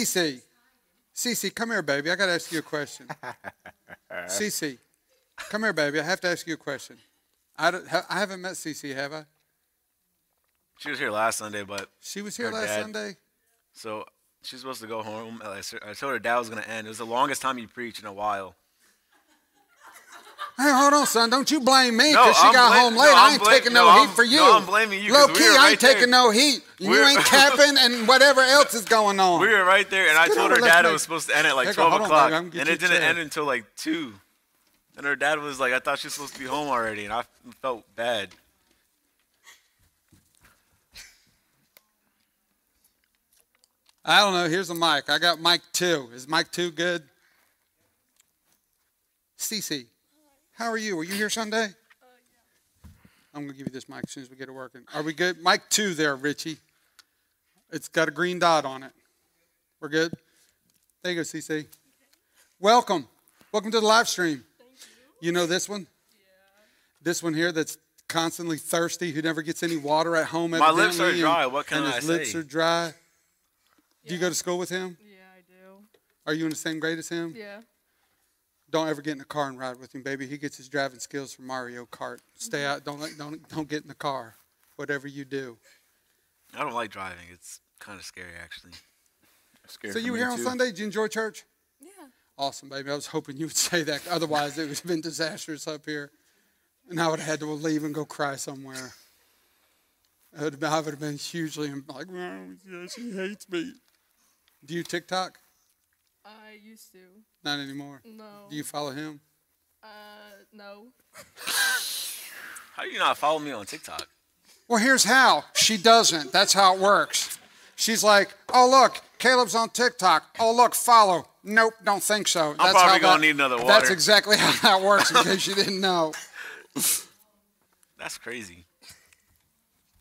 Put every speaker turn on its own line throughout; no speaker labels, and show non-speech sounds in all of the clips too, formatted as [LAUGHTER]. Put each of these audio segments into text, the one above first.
Cece, Cece, come here, baby. I got to ask you a
[LAUGHS]
question. Cece, come here, baby. I have to ask you a question. I, don't, ha- I haven't met Cece, have I?
She was here last Sunday, but
She was here
Her
last
dad.
Sunday.
so she's supposed to go home. and I s- I told her dad was gonna end. It was the longest time he preached in a while.
Hey, hold on, son. Don't you blame me
No,
because she
I'm
got
bla-
home
no,
late. I
I'm
ain't
bla-
taking no,
no,
heat
I'm-
for you.
no, I'm blaming you
Low
'cause
key,
we were
I
right
ain't taking
there.
no heat. you
We're- [LAUGHS]
ain't capping and whatever else is going on.
We were right there, and I
Scoot
told
over,
her
let's
dad it
make-
was supposed to end at like
Jacob,
12
hold on,
o'clock,
baby, I'm gonna get
and it
you a
didn't
chair.
end until like 2. And her dad was like, I thought she was supposed to be home already, and I felt bad.
I don't know. Here's a mic. I got mic two. Is mic two good? Cece, how are you? Were you here Sunday? I'm gonna give you this mic as soon as we get it working. Are we good? Mic two there, Richie. It's got a green dot on it. We're good. There you go, Cece. Welcome. Welcome to the live stream. You know this one? This one here that's constantly thirsty, who never gets any water at home.
My lips
evidently,
are
and-
dry. What can
and
I
his lips
say?
are dry. Do you go to school with him?
Yeah, I do.
Are you in the same grade as him?
Yeah.
Don't ever get in the car and ride with him, baby. He gets his driving skills from Mario Kart.
Mm-hmm.
Stay out. Don't let- don't don't get in the car. Whatever you do.
I don't like driving. It's kind of scary, actually.
Scared
so
for
you were
me,
here on
too.
Sunday? Did you enjoy church?
Yeah.
Awesome, baby. I was hoping you would [LAUGHS] say that. Otherwise, it would have been disastrous up here, and I would have had to leave and go cry somewhere. I would have been, I would have been hugely em- like, "Oh, "Well, yeah, she hates me. Do you TikTok?
I used to.
Not anymore.
No.
Do you follow him?
Uh, no.
How do you not follow me on TikTok?
Well, here's how. She doesn't. That's how it works. She's like, oh, look, Caleb's on TikTok. Oh, look, follow. Nope, don't think so. I'm
probably gonna need another
That's
water.
exactly [LAUGHS] how that works
[LAUGHS]
in case you didn't know.
That's crazy.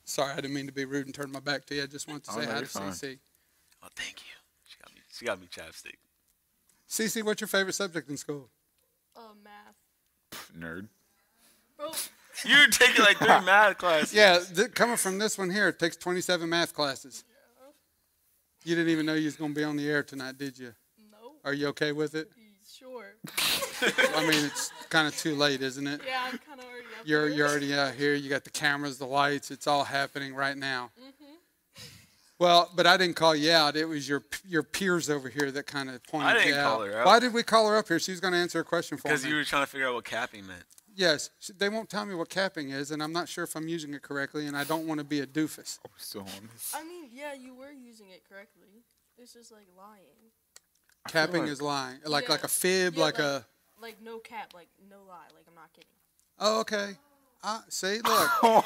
Sorry, I didn't mean to be rude and turn my back to you. I just wanted to say
Oh, no,
hi to
you're fine.
Cece.
Oh, thank you. She got me. She got me chapstick.
Cece, what's your favorite subject in school?
Uh, math.
Nerd.
Bro,
You're
[LAUGHS]
taking like three math classes.
Yeah, th- coming from this one here, it takes 27 math classes. You didn't even know you was going to be on the air tonight, did you?
no.
Are you okay with it?
Sure.
I mean, it's kind of too late, isn't it?
Yeah, I'm kind of already up
You're
there.
you're already out here. You got the cameras, the lights. It's all happening right now.
Mm-hmm.
Well, but I didn't call you out. It was your your peers over here that kind of pointed
I didn't
you out.
call her out.
Why did we call her up here? She was going to answer a question for
Because
me.
you were trying to figure out what capping meant.
yes, she, they won't tell me what capping is, and I'm not sure if I'm using it correctly, and I don't want to be a doofus.
Oh,
We're still on this.
I mean, yeah, you were using it correctly. It's just like lying.
Capping
like-
is lying, like
Yeah.
like a fib,
Yeah,
like,
like-
a.
Like no cap, like no lie. Like I'm not kidding.
Oh, okay. I see,
[LAUGHS]
look,
Oh,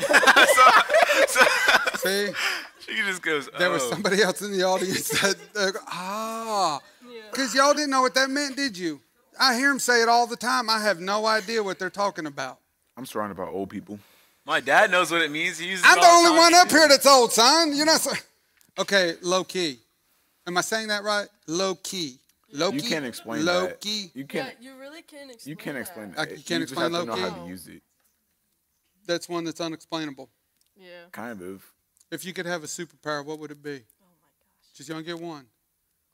see,
She just goes.
there was
"Oh."
somebody else in the audience that uh, ah.
Yeah.
Because y'all didn't know what that meant, did you? I hear them say it all the time. I have no idea what they're talking about.
I'm surrounded by old people.
My dad knows what it means. He uses it
I'm the
all
only
time,
one up
too.
here that's old, son. You're not. So- okay, low key. Am I saying that right? Low key. Low key.
You can't explain
low
that.
key.
You
Yeah,
can't.
you really can't explain.
you can't explain
that.
that.
Like, you
It-
can't
you
explain
just have to know how
low-key?
to use it.
That's one that's unexplainable.
Yeah.
Kind of.
If you could have a superpower, what would it be?
Oh my gosh.
Just you don't get one.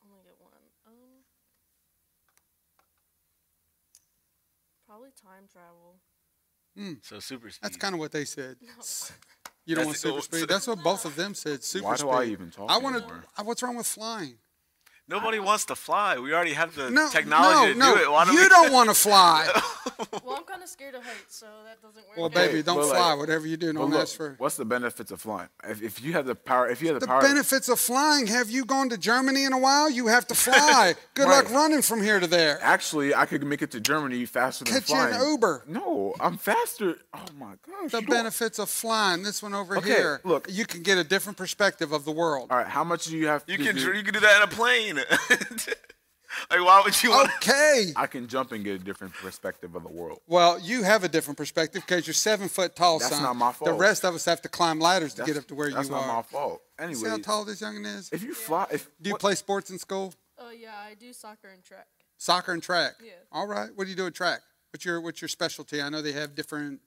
I'm gonna get one. Um. Probably time travel.
So super speed.
That's kind of what they said. You don't want
That's-
super speed. That's what both of them said. Super
Why
speed.
do I even talk
I want
anymore?
to. What's wrong with flying?
Nobody wants to fly. We already have the
No, no,
technology to
no.
do it. Why don't
you
we?
[LAUGHS]
don't want to fly.
Well, I'm kind of scared of heights, so that doesn't work.
Well,
out.
baby,
but
don't
like-
fly. Whatever you do,
But
don't
look,
ask for.
what's the benefits of flying? If, if you have the power, if you have the,
The
power,
benefits of flying. Have you gone to Germany in a while? You have to
[LAUGHS]
fly. Good luck
Right.
running from here to there.
actually, I could make it to Germany faster than
Catch you
flying.
an Uber.
No, I'm faster. Oh my gosh.
The
you don't-
benefits of flying. This one over
Okay,
here.
look.
you can get a different perspective of the world.
All right, how much do you have
You
to
can
do?
dr- you can do that in a plane. [LAUGHS] like why would you
Oh.
want?
Okay.
I can jump and get a different perspective of the world.
Well, you have a different perspective because you're seven foot tall,
That's
son.
not my
The
fault.
rest of us have to climb ladders to
That's,
get up to where
that's
you
not
are.
my fault.
See how
Anyway,
tall this youngin is?
if you fly, if
do you
what-
play sports in school?
Oh yeah, I do soccer and track.
Soccer and track.
Yeah.
All right. What do you do at track? What's your what's your specialty? I know they have different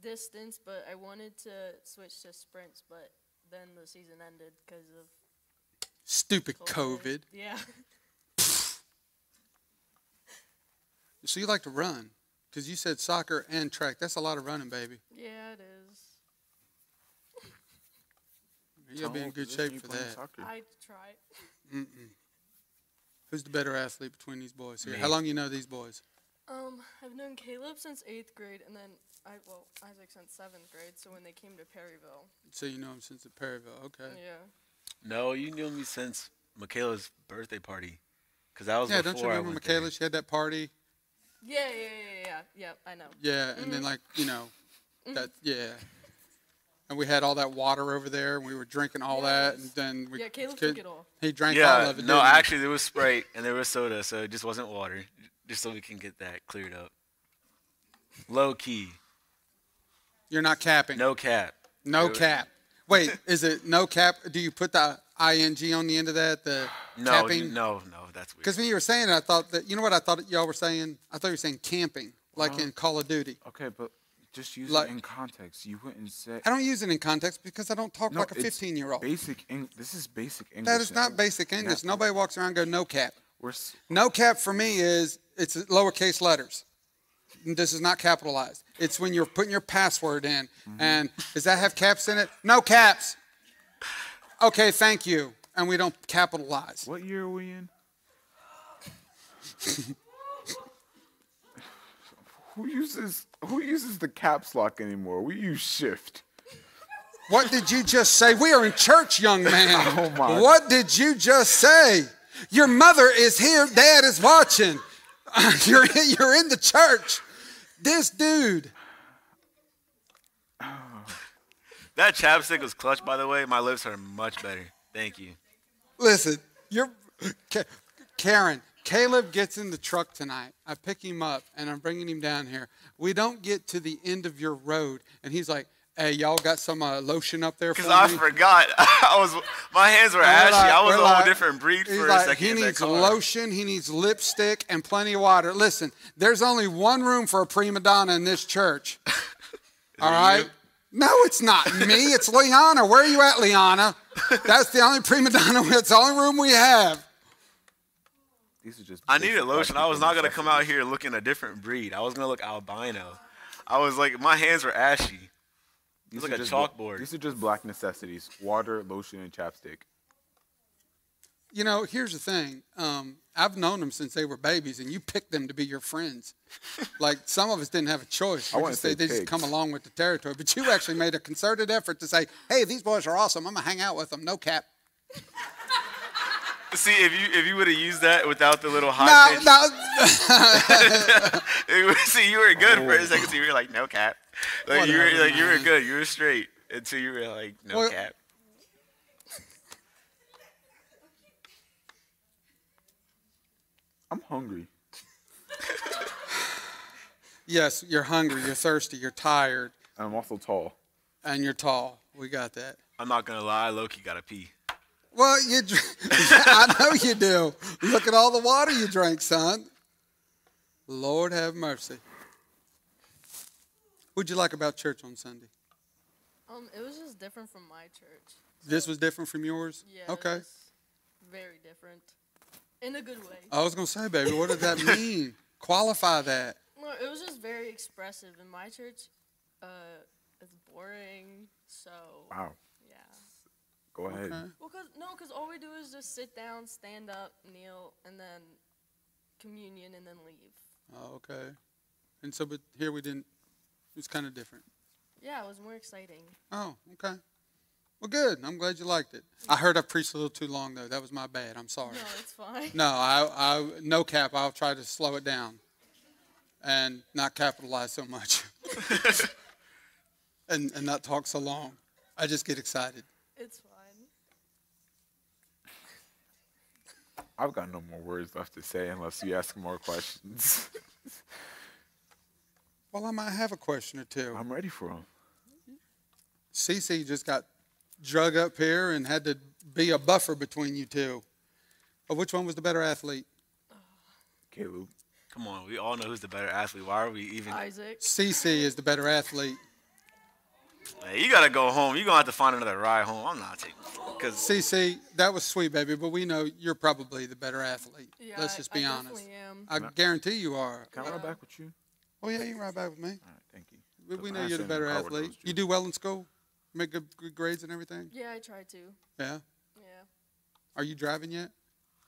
Distance, but I wanted to switch to sprints, but then the season ended because of
Stupid
cold
COVID.
air. Yeah. [LAUGHS]
So you like to run because you said soccer and track. That's a lot of running, baby.
Yeah, it is.
You'll be in good shape for that.
I try.
Mm-mm. Who's the better athlete between these boys here? How
Me.
long you know these boys?
Um, I've known Caleb since eighth grade, and then I well Isaac since seventh grade. So when they came to Perryville,
So you know them since the Perryville. Okay.
yeah,
No, you knew me since Michaela's birthday party, because that was
Yeah,
before
don't you
I
remember
went there.
Michaela? She had that party.
yeah, yeah, yeah, yeah, yeah. yeah I know.
Yeah, and
Mm.
then like you know,
Mm-hmm.
that yeah. And we had all that water over there, and we were drinking all that, and
Yes.
then we
yeah, Caleb
could-
took it all.
He drank all
Yeah,
of it.
no,
didn't he?
actually there was Sprite and there was soda, so it just wasn't water. Just so we can get that cleared up. Low key,
you're not capping.
no cap.
No
It was-
cap. Wait, is it no cap? Do you put the ing on the end of that? The
No, you-
capping?
no, no, that's weird.
Because when you were saying it, I thought that you know what I thought y'all were saying. I thought you were saying camping, like
Uh-huh.
in Call of Duty.
Okay, but just use
Like-
it in context. You wouldn't say.
I don't use it in context because I don't talk
No,
like a
it's
15 year old.
Basic. Eng- this is basic English.
That is not
now.
basic English.
Now,
Nobody walks around going no cap.
We're s-
No cap for me is it's lowercase letters. This is not capitalized. It's when you're putting your password in.
Mm-hmm.
And does that have caps in it? No caps. Okay, thank you. And we don't capitalize.
what year are we in? [LAUGHS] who uses Who uses the caps lock anymore? We use shift.
What did you just say? We are in church, young
[LAUGHS]
man.
Oh, my.
What did you just say? Your mother is here, dad is watching. [LAUGHS] you're, in, you're in the church. This dude.
that chapstick was clutch, by the way. My lips are much better. Thank you.
Listen, you're Ka- Karen. Caleb gets in the truck tonight. I pick him up and I'm bringing him down here. We don't get to the end of your road, and he's like, "Hey, y'all got some uh, lotion up there for
Because I
me?"
forgot, [LAUGHS] I was my hands were
And we're
ashy.
like-
I was
we're
a
like-
whole different breed
he's
for
like,
a second.
He
in that
needs
car.
lotion, he needs lipstick, and plenty of water. Listen, there's only one room for a prima donna in this
[LAUGHS]
church. All right? No, it's not me. It's Liana. Where are you at,
[LAUGHS]
Liana? That's the only prima donna. It's the only room we have.
These are just.
I needed
basic
lotion. I
practical
was not gonna come out
necessities.
here looking a different breed. I was gonna look albino. I was like, my hands were ashy.
These
like
are
a
just-
chalkboard.
These are just black necessities: water, lotion, and chapstick.
You know, here's the thing. Um, I've known them since they were babies, and you picked them to be your friends. Like some of us didn't have a choice.
I
We
wouldn't
just- they,
say
they just
pigs.
come along with the territory. But you actually made a concerted effort to say, "Hey, these boys are awesome. I'm gonna hang out with them. No cap."
See, if you if you would have used that without the little high
No,
pitch,
no.
It was- [LAUGHS] See, you were good for a second. So you were like, no cap. Like you were
Whatever,
like you were
Oh. man.
good. You were straight until you were like, no
Well-
cap.
I'm hungry.
Yes, you're hungry, you're thirsty, you're tired,
And I'm also tall.
and you're tall. We got that.
I'm not gonna lie, Loki got a pee.
Well, you, dr- [LAUGHS] I know you do. Look at all the water you drank, son. Lord have mercy. What'd you like about church on Sunday?
Um, it was just different from my church.
This was different from yours?
Yeah. it
Okay.
was Very different, in a good way.
I was going to say, baby, what does
[LAUGHS]
that mean? Qualify that.
No, it was just very expressive. In my church, uh, it's boring. So
Wow.
yeah.
Go ahead.
Okay.
Well, cause no, cause all we do is just sit down, stand up, kneel, and then communion, and then leave.
Oh, okay. And so, but here we didn't, it was kind of different.
Yeah, it was more exciting.
Oh, okay. Well, good. I'm glad you liked it. I heard I preached a little too long, though. That was my bad. I'm sorry.
No, it's fine. [LAUGHS]
No, I, I, no cap. I'll try to slow it down and not capitalize so
[LAUGHS]
much [LAUGHS] and, and not talk so long. I just get excited.
It's fine.
I've got no more words left to say unless you ask more questions. [LAUGHS]
Well, I might have a question or two.
I'm ready for them.
Cece just got drug up here and had to be a buffer between you two. But which one was the better athlete?
Caleb.
Come on, we all know who's the better athlete. Why are we even?
Isaac.
Cece is the better athlete.
Hey, you gotta go home. You're gonna have to find another ride home. I'm not taking because
CC, that was sweet, baby, but we know you're probably the better athlete.
Yeah,
Let's
I-
just be
I
honest.
definitely am.
I guarantee you are.
Can I ride back with you?
Oh yeah, you can ride back with me.
All right, thank you.
We, we
Doesn't
know
matter,
you're the
sit in
better
car with
athlete.
those
You
dudes.
do well in school, make good, good grades and everything.
Yeah, I tried to.
Yeah.
Yeah.
Are you driving yet?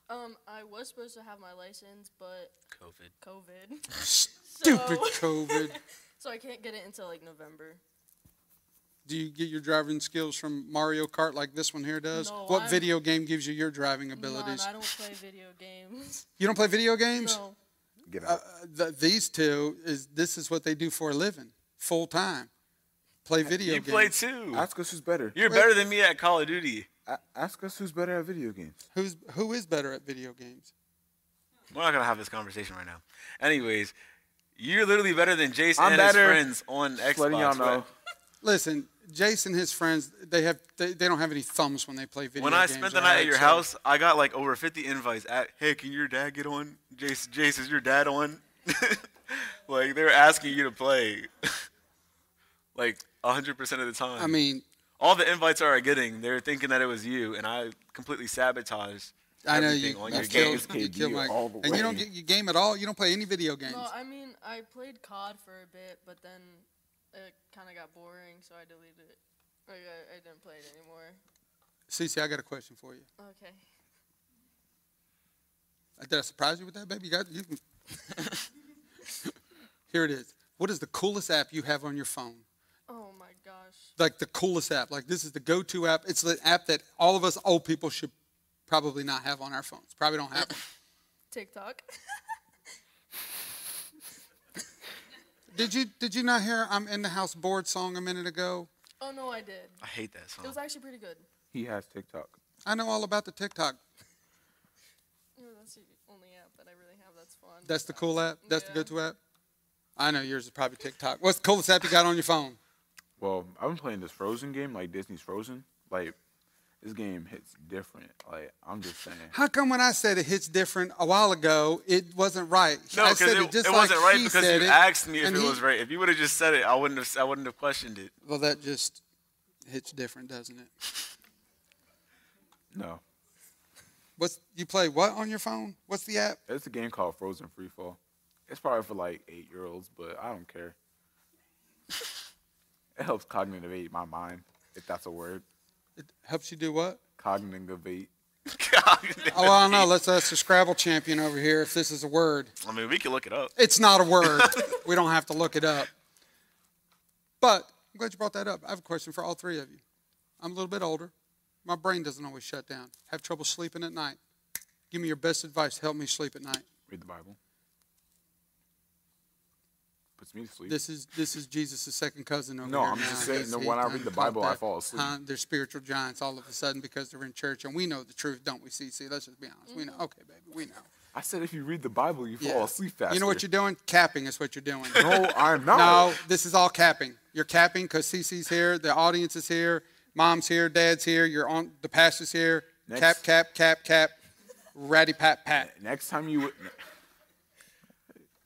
Um, I was supposed to have my license, but
COVID.
[LAUGHS]
COVID. [LAUGHS]
Stupid COVID.
So I can't get it until like November.
Do you get your driving skills from Mario Kart like this one here does?
No,
what
I'm-
video game gives you your driving
None,
abilities?
I don't play video games.
You don't play video games?
No.
Get
Uh,
out.
th- these two is this is what they do for a living, full time. Play video
You
games.
play too.
ask us who's better.
You're better than me at Call of Duty.
A- ask us who's better at video games.
Who's who is better at video games?
We're not gonna have this conversation right now. Anyways, you're literally better than Jason
I'm
and
better.
his friends on
Just letting
Xbox.
y'all know.
but
Listen, Jason, his friends, they have they, they don't have any thumbs when they play video
When I
games.
spent the
all
night
right,
at your
so-
house, I got like over 50 invites. At hey, can your dad get on? Jason, Jason, is your dad on? [LAUGHS] like they were asking you to play. [LAUGHS] like 100% of the time.
I mean,
all the invites I were getting, they were thinking that it was you, and I completely sabotaged.
I know
everything
you,
on
you
your
that's
killed,
game.
games.
you killed my,
KD all the
and you don't
way.
get you game at all. You don't play any video games.
No, I mean I played COD for a bit, but then it kind of got boring, so I deleted it. Like I, I didn't play it anymore.
Cece, I got a question for you.
Okay.
Uh, Did I surprise you with that, baby? You
[LAUGHS]
got you. [LAUGHS] Can... Here it is. What is the coolest app you have on your phone?
Oh my gosh.
Like the coolest app. Like this is the go-to app. It's the app that all of us old people should probably not have on our phones. Probably don't have. One.
TikTok.
[COUGHS] Did you did you not hear I'm in the house bored song a minute ago?
[LAUGHS] oh no, I did.
I hate that song.
It was actually pretty good.
He has TikTok.
I know all about the TikTok.
No, that's the only app that I really have that's fun.
That's the cool app. That's
Yeah.
the go-to app. I know yours is probably TikTok. What's the coolest app you got on your phone?
Well, I've been playing this Frozen game, like Disney's Frozen. Like this game hits different. Like I'm just
[LAUGHS]
saying.
How come when I said it hits different a while ago, it wasn't right?
no,
I
because
said
it,
just
it
like
wasn't right
he
because
said
you
it,
asked me if
and
it
he-
was right. If you would have just said it, I wouldn't have. I wouldn't have questioned it.
Well, that just hits different, doesn't it?
No,
What's you play what on your phone? What's the app?
it's a game called Frozen Free Fall. It's probably for like eight year olds, but I don't care. [LAUGHS] it helps cognitivate my mind, if that's a word.
It helps you do what?
Cognitivate.
Oh, well, I don't know. Let's ask the Scrabble champion over here if this is a word.
I mean, we could look it up.
It's not a
[LAUGHS]
word. we don't have to look it up. But I'm glad you brought that up. I have a question for all three of you. I'm a little bit older. My brain doesn't always shut down. Have trouble sleeping at night. Give me your best advice to help me sleep at night.
Read the Bible. Puts me to sleep.
This is this is Jesus' second cousin over
No,
here
I'm
now.
just saying,
He's-
no,
he
when I
done
read the
caught
Bible, I
that.
fall asleep.
Huh? they're spiritual giants all of a sudden because they're in church, and we know the truth, don't we, CC? Let's just be honest. We know. Okay, baby, we know.
I said if you read the Bible, you
Yeah.
Mm-hmm. fall asleep faster.
You know what you're doing? Capping is what you're
[LAUGHS]
doing.
[LAUGHS]
No, I'm not.
no, this is all capping. You're capping because CC's here, the audience is here, mom's here, dad's here, you're on the pastor's here. Cap,
Next.
cap, cap, cap. Ratty pat pat.
Next time you.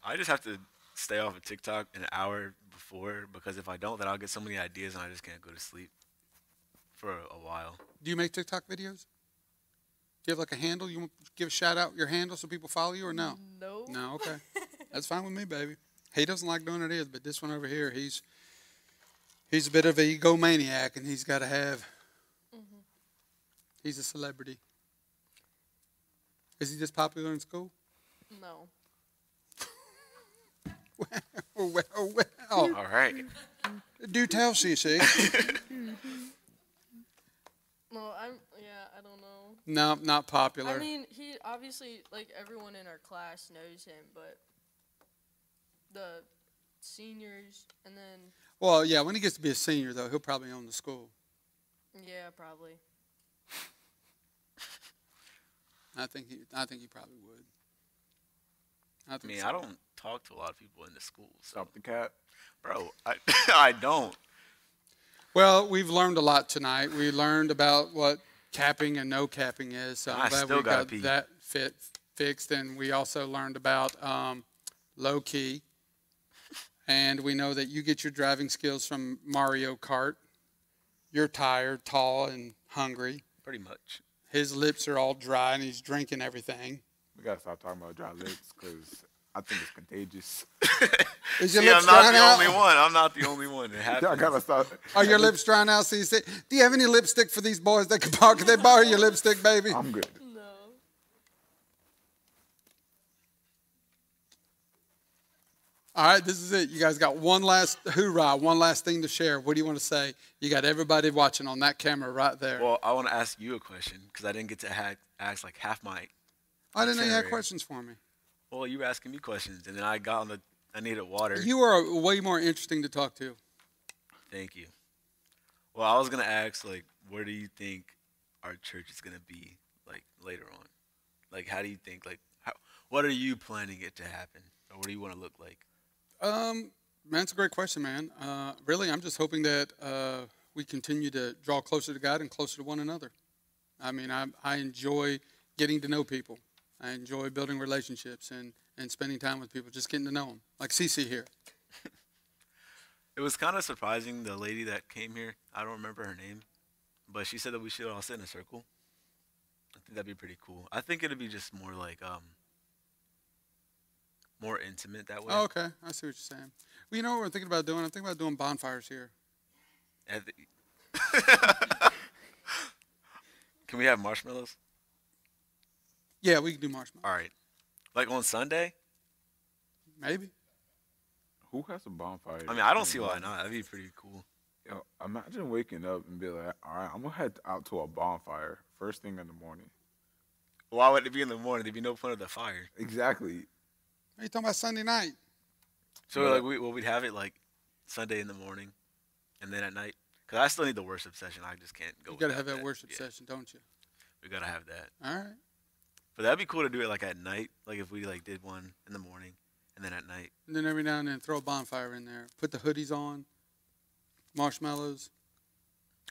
I just have to stay off of TikTok an hour before because if I don't, then I'll get so many ideas and I just can't go to sleep for a, a while.
Do you make TikTok videos? Do you have like a handle? You want to give a shout out your handle so people follow you or no?
No.
No, okay. That's fine with me, baby. He doesn't like doing it either, but this one over here, he's he's a bit of a egomaniac and he's gotta have he's a celebrity. Is he just popular in school?
No.
Oh well, oh, well.
All right.
Do tell CC.
No, I'm. Yeah, I don't know.
no, not popular.
I mean, he obviously like everyone in our class knows him, but the seniors and then
well, yeah, when he gets to be a senior though, he'll probably own the school.
yeah, probably.
I think he I think he probably would. I
I
think
mean,
so.
I don't talk to a lot of people in the school, so
Stop the cat.
bro, I [LAUGHS] I don't.
Well, we've learned a lot tonight. We learned about what capping and no capping is. So I'm
I
glad
still
we
gotta
got
pee.
that fit fixed, and we also learned about um, low key And we know that you get your driving skills from Mario Kart. You're tired, tall, and hungry.
Pretty much.
His lips are all dry and he's drinking everything.
We gotta stop talking about dry lips because I think it's contagious.
Is your
See, I'm
lips
not
drying
the
out?
only one. I'm not the only one. It
[LAUGHS] Y'all
happens. [LAUGHS]
gotta stop.
Are your lips drying out? So you say, do you have any lipstick for these boys that can borrow? Can they borrow your lipstick, baby?
I'm good.
No.
All right, this is it. You guys got one last hoorah, one last thing to share. What do you want to say? You got everybody watching on that camera right [LAUGHS] there.
Well, I want to ask you a question because I didn't get to ha- ask like half my.
I didn't know you had
itinerary.
questions for me.
Well, you were asking me questions, and then I got on the. I needed water.
You are way more interesting to talk to.
Thank you. Well, I was gonna ask like, where do you think our church is gonna be like later on? Like, how do you think like, how, what are you planning it to happen, or what do you want to look like?
Um, man, that's a great question, man. Uh, really, I'm just hoping that uh, we continue to draw closer to God and closer to one another. I mean, I, I enjoy getting to know people. I enjoy building relationships and, and spending time with people, just getting to know them. Like Cece here.
It was kind of surprising the lady that came here. I don't remember her name, but she said that we should all sit in a circle. I think that'd be pretty cool. I think it'd be just more like um more intimate that way.
Oh, okay. I see what you're saying. Well, you know what we're thinking about doing? I'm thinking about doing bonfires here.
I thi- [LAUGHS] Can we have marshmallows?
Yeah, we can do marshmallow.
All right. Like on Sunday?
Maybe.
Who has a bonfire?
I mean, I don't
in
see
the
why
morning?
not. That'd be pretty cool.
Yo, imagine waking up and be like, all right, I'm gonna head out to a bonfire first thing in the morning.
Why would it be in the morning? There'd be no point of the fire.
Exactly.
Are you talking about Sunday night?
So
Yeah.
like we well we'd have it like Sunday in the morning, and then at night. Cause I still need the worship session. I just can't go.
You got to
without
have that worship
Yeah,
session, don't you?
We gotta have that.
All right.
But that'd be cool to do it like at night. Like if we like did one in the morning and then at night.
And then every now and then throw a bonfire in there. Put the hoodies on, marshmallows.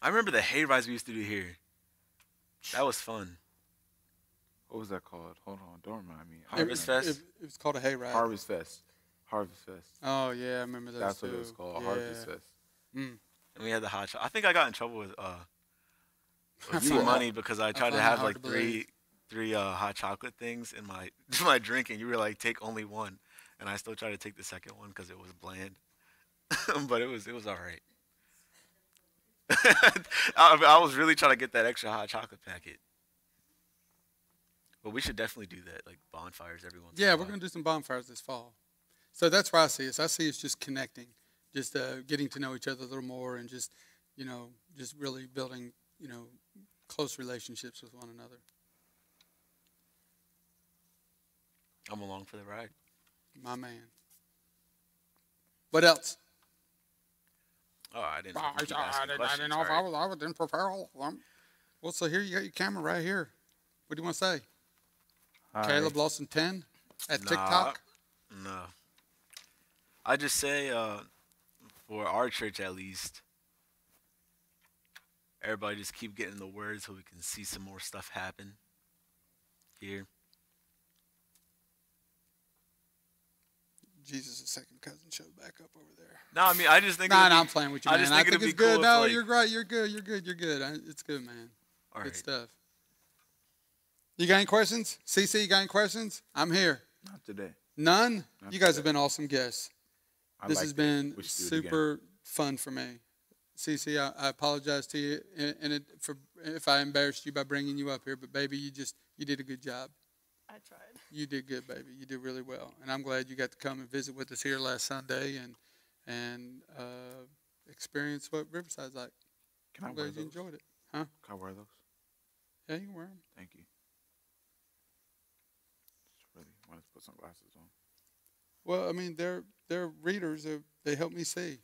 I remember the hay rides we used to do here. That was fun.
What was that called? Hold on, don't remind me.
Harvest
it,
Fest?
It, it was called a hayride.
Harvest Fest. Harvest Fest.
Oh yeah, I remember those
That's
too.
what it was called.
Yeah.
Harvest Fest.
And we had the hot shot. I think I got in trouble with uh with
found
some
out-
money because I tried
found
to
that
have
hard
like
to
three
believe.
three uh hot chocolate things in my [LAUGHS] my drink and you were like take only one and I still tried to take the second one because it was bland. [LAUGHS] but it was it was all right. [LAUGHS] I, I was really trying to get that extra hot chocolate packet. But we should definitely do that, like bonfires every once. in
Yeah,
a
we're
while.
gonna do some bonfires this fall. So that's where I see us. I see us just connecting, just uh, getting to know each other a little more, and just you know, just really building you know close relationships with one another.
I'm along for the ride.
My man. What else?
Oh, I didn't. know
I,
if we could ask
I,
some
didn't, I
questions.
didn't know
All
if
right.
I was. I was- didn't prepare all of them. Well, so here you got your camera right here. What do you want to say?
Hi.
Caleb Lawson ten at
Nah.
TikTok.
No. I just say, uh, for our church at least, everybody just keep getting the word so we can see some more stuff happen here.
Jesus' second cousin showed back up over there.
No, I mean, I just think. it
No, no,
would be-
I'm playing with you,
I
man.
just
I
think
think
it'd
it's
be cool
good.
if,
no,
like-
you're right. You're good. You're good. You're good. I, it's good, man.
All
good
right.
stuff. You got any questions? CC, you got any questions? I'm here.
Not today.
None.
Not
you guys have
today.
been awesome guests.
I
this
liked
has
it.
been
We should do it again.
super fun for me. CC, I, I apologize to you and, and it, for if I embarrassed you by bringing you up here, but baby, you just you did a good job.
I tried.
You did good, baby. You did really well, and I'm glad you got to come and visit with us here last Sunday and and uh, experience what Riverside's like.
Can I
I'm
wear
glad
those?
you enjoyed it.
Can I wear those?
Yeah, you can wear 'em.
Thank you. Just really wanted to put some glasses on.
Well, I mean, they're they're readers. They they help me see.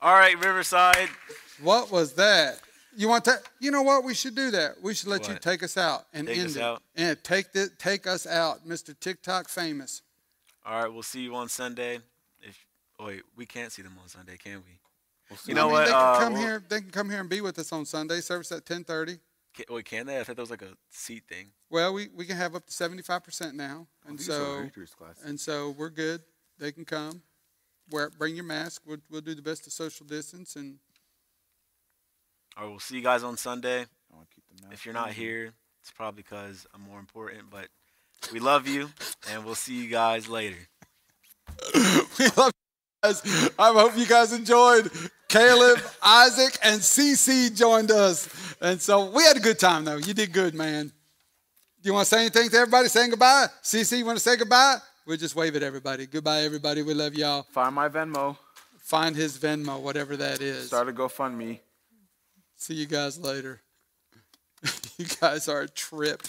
All right, Riverside.
What was that? You want to? You know what? We should do that. We should let you
What?
take us out and
Take
end
us
it.
out?
And take the, take us out, Mr. TikTok famous.
All right, we'll see you on Sunday. If oh, wait, we can't see them on Sunday, can we?
We'll see
You
Oh,
know
I mean,
what?
They can
uh,
come
we'll-
here. They can come here and be with us on Sunday service at ten thirty.
Can, wait, can they? I thought that was like a seat thing.
Well, we, we can have up to seventy-five percent now,
Oh,
and
these are
so,
Victor's classes.
and so we're good. They can come. Wear, bring your mask. We'll, we'll do the best to social distance and
All right, we'll see you guys on Sunday.
I wanna keep the
If
mask
you're not
Mm-hmm.
on.
here, it's probably because I'm more important, but we love you, and we'll see you guys later.
[LAUGHS] we love you guys. I hope you guys enjoyed. Caleb, Isaac, and CC joined us. And so we had a good time, though. You did good, man. Do you want to say anything to everybody saying goodbye? CC, you want to say goodbye? We'll just wave at everybody. Goodbye, everybody. We love y'all.
Find my Venmo.
Find his Venmo, whatever that is.
Start a GoFundMe.
[LAUGHS] See you guys later. you guys are a trip.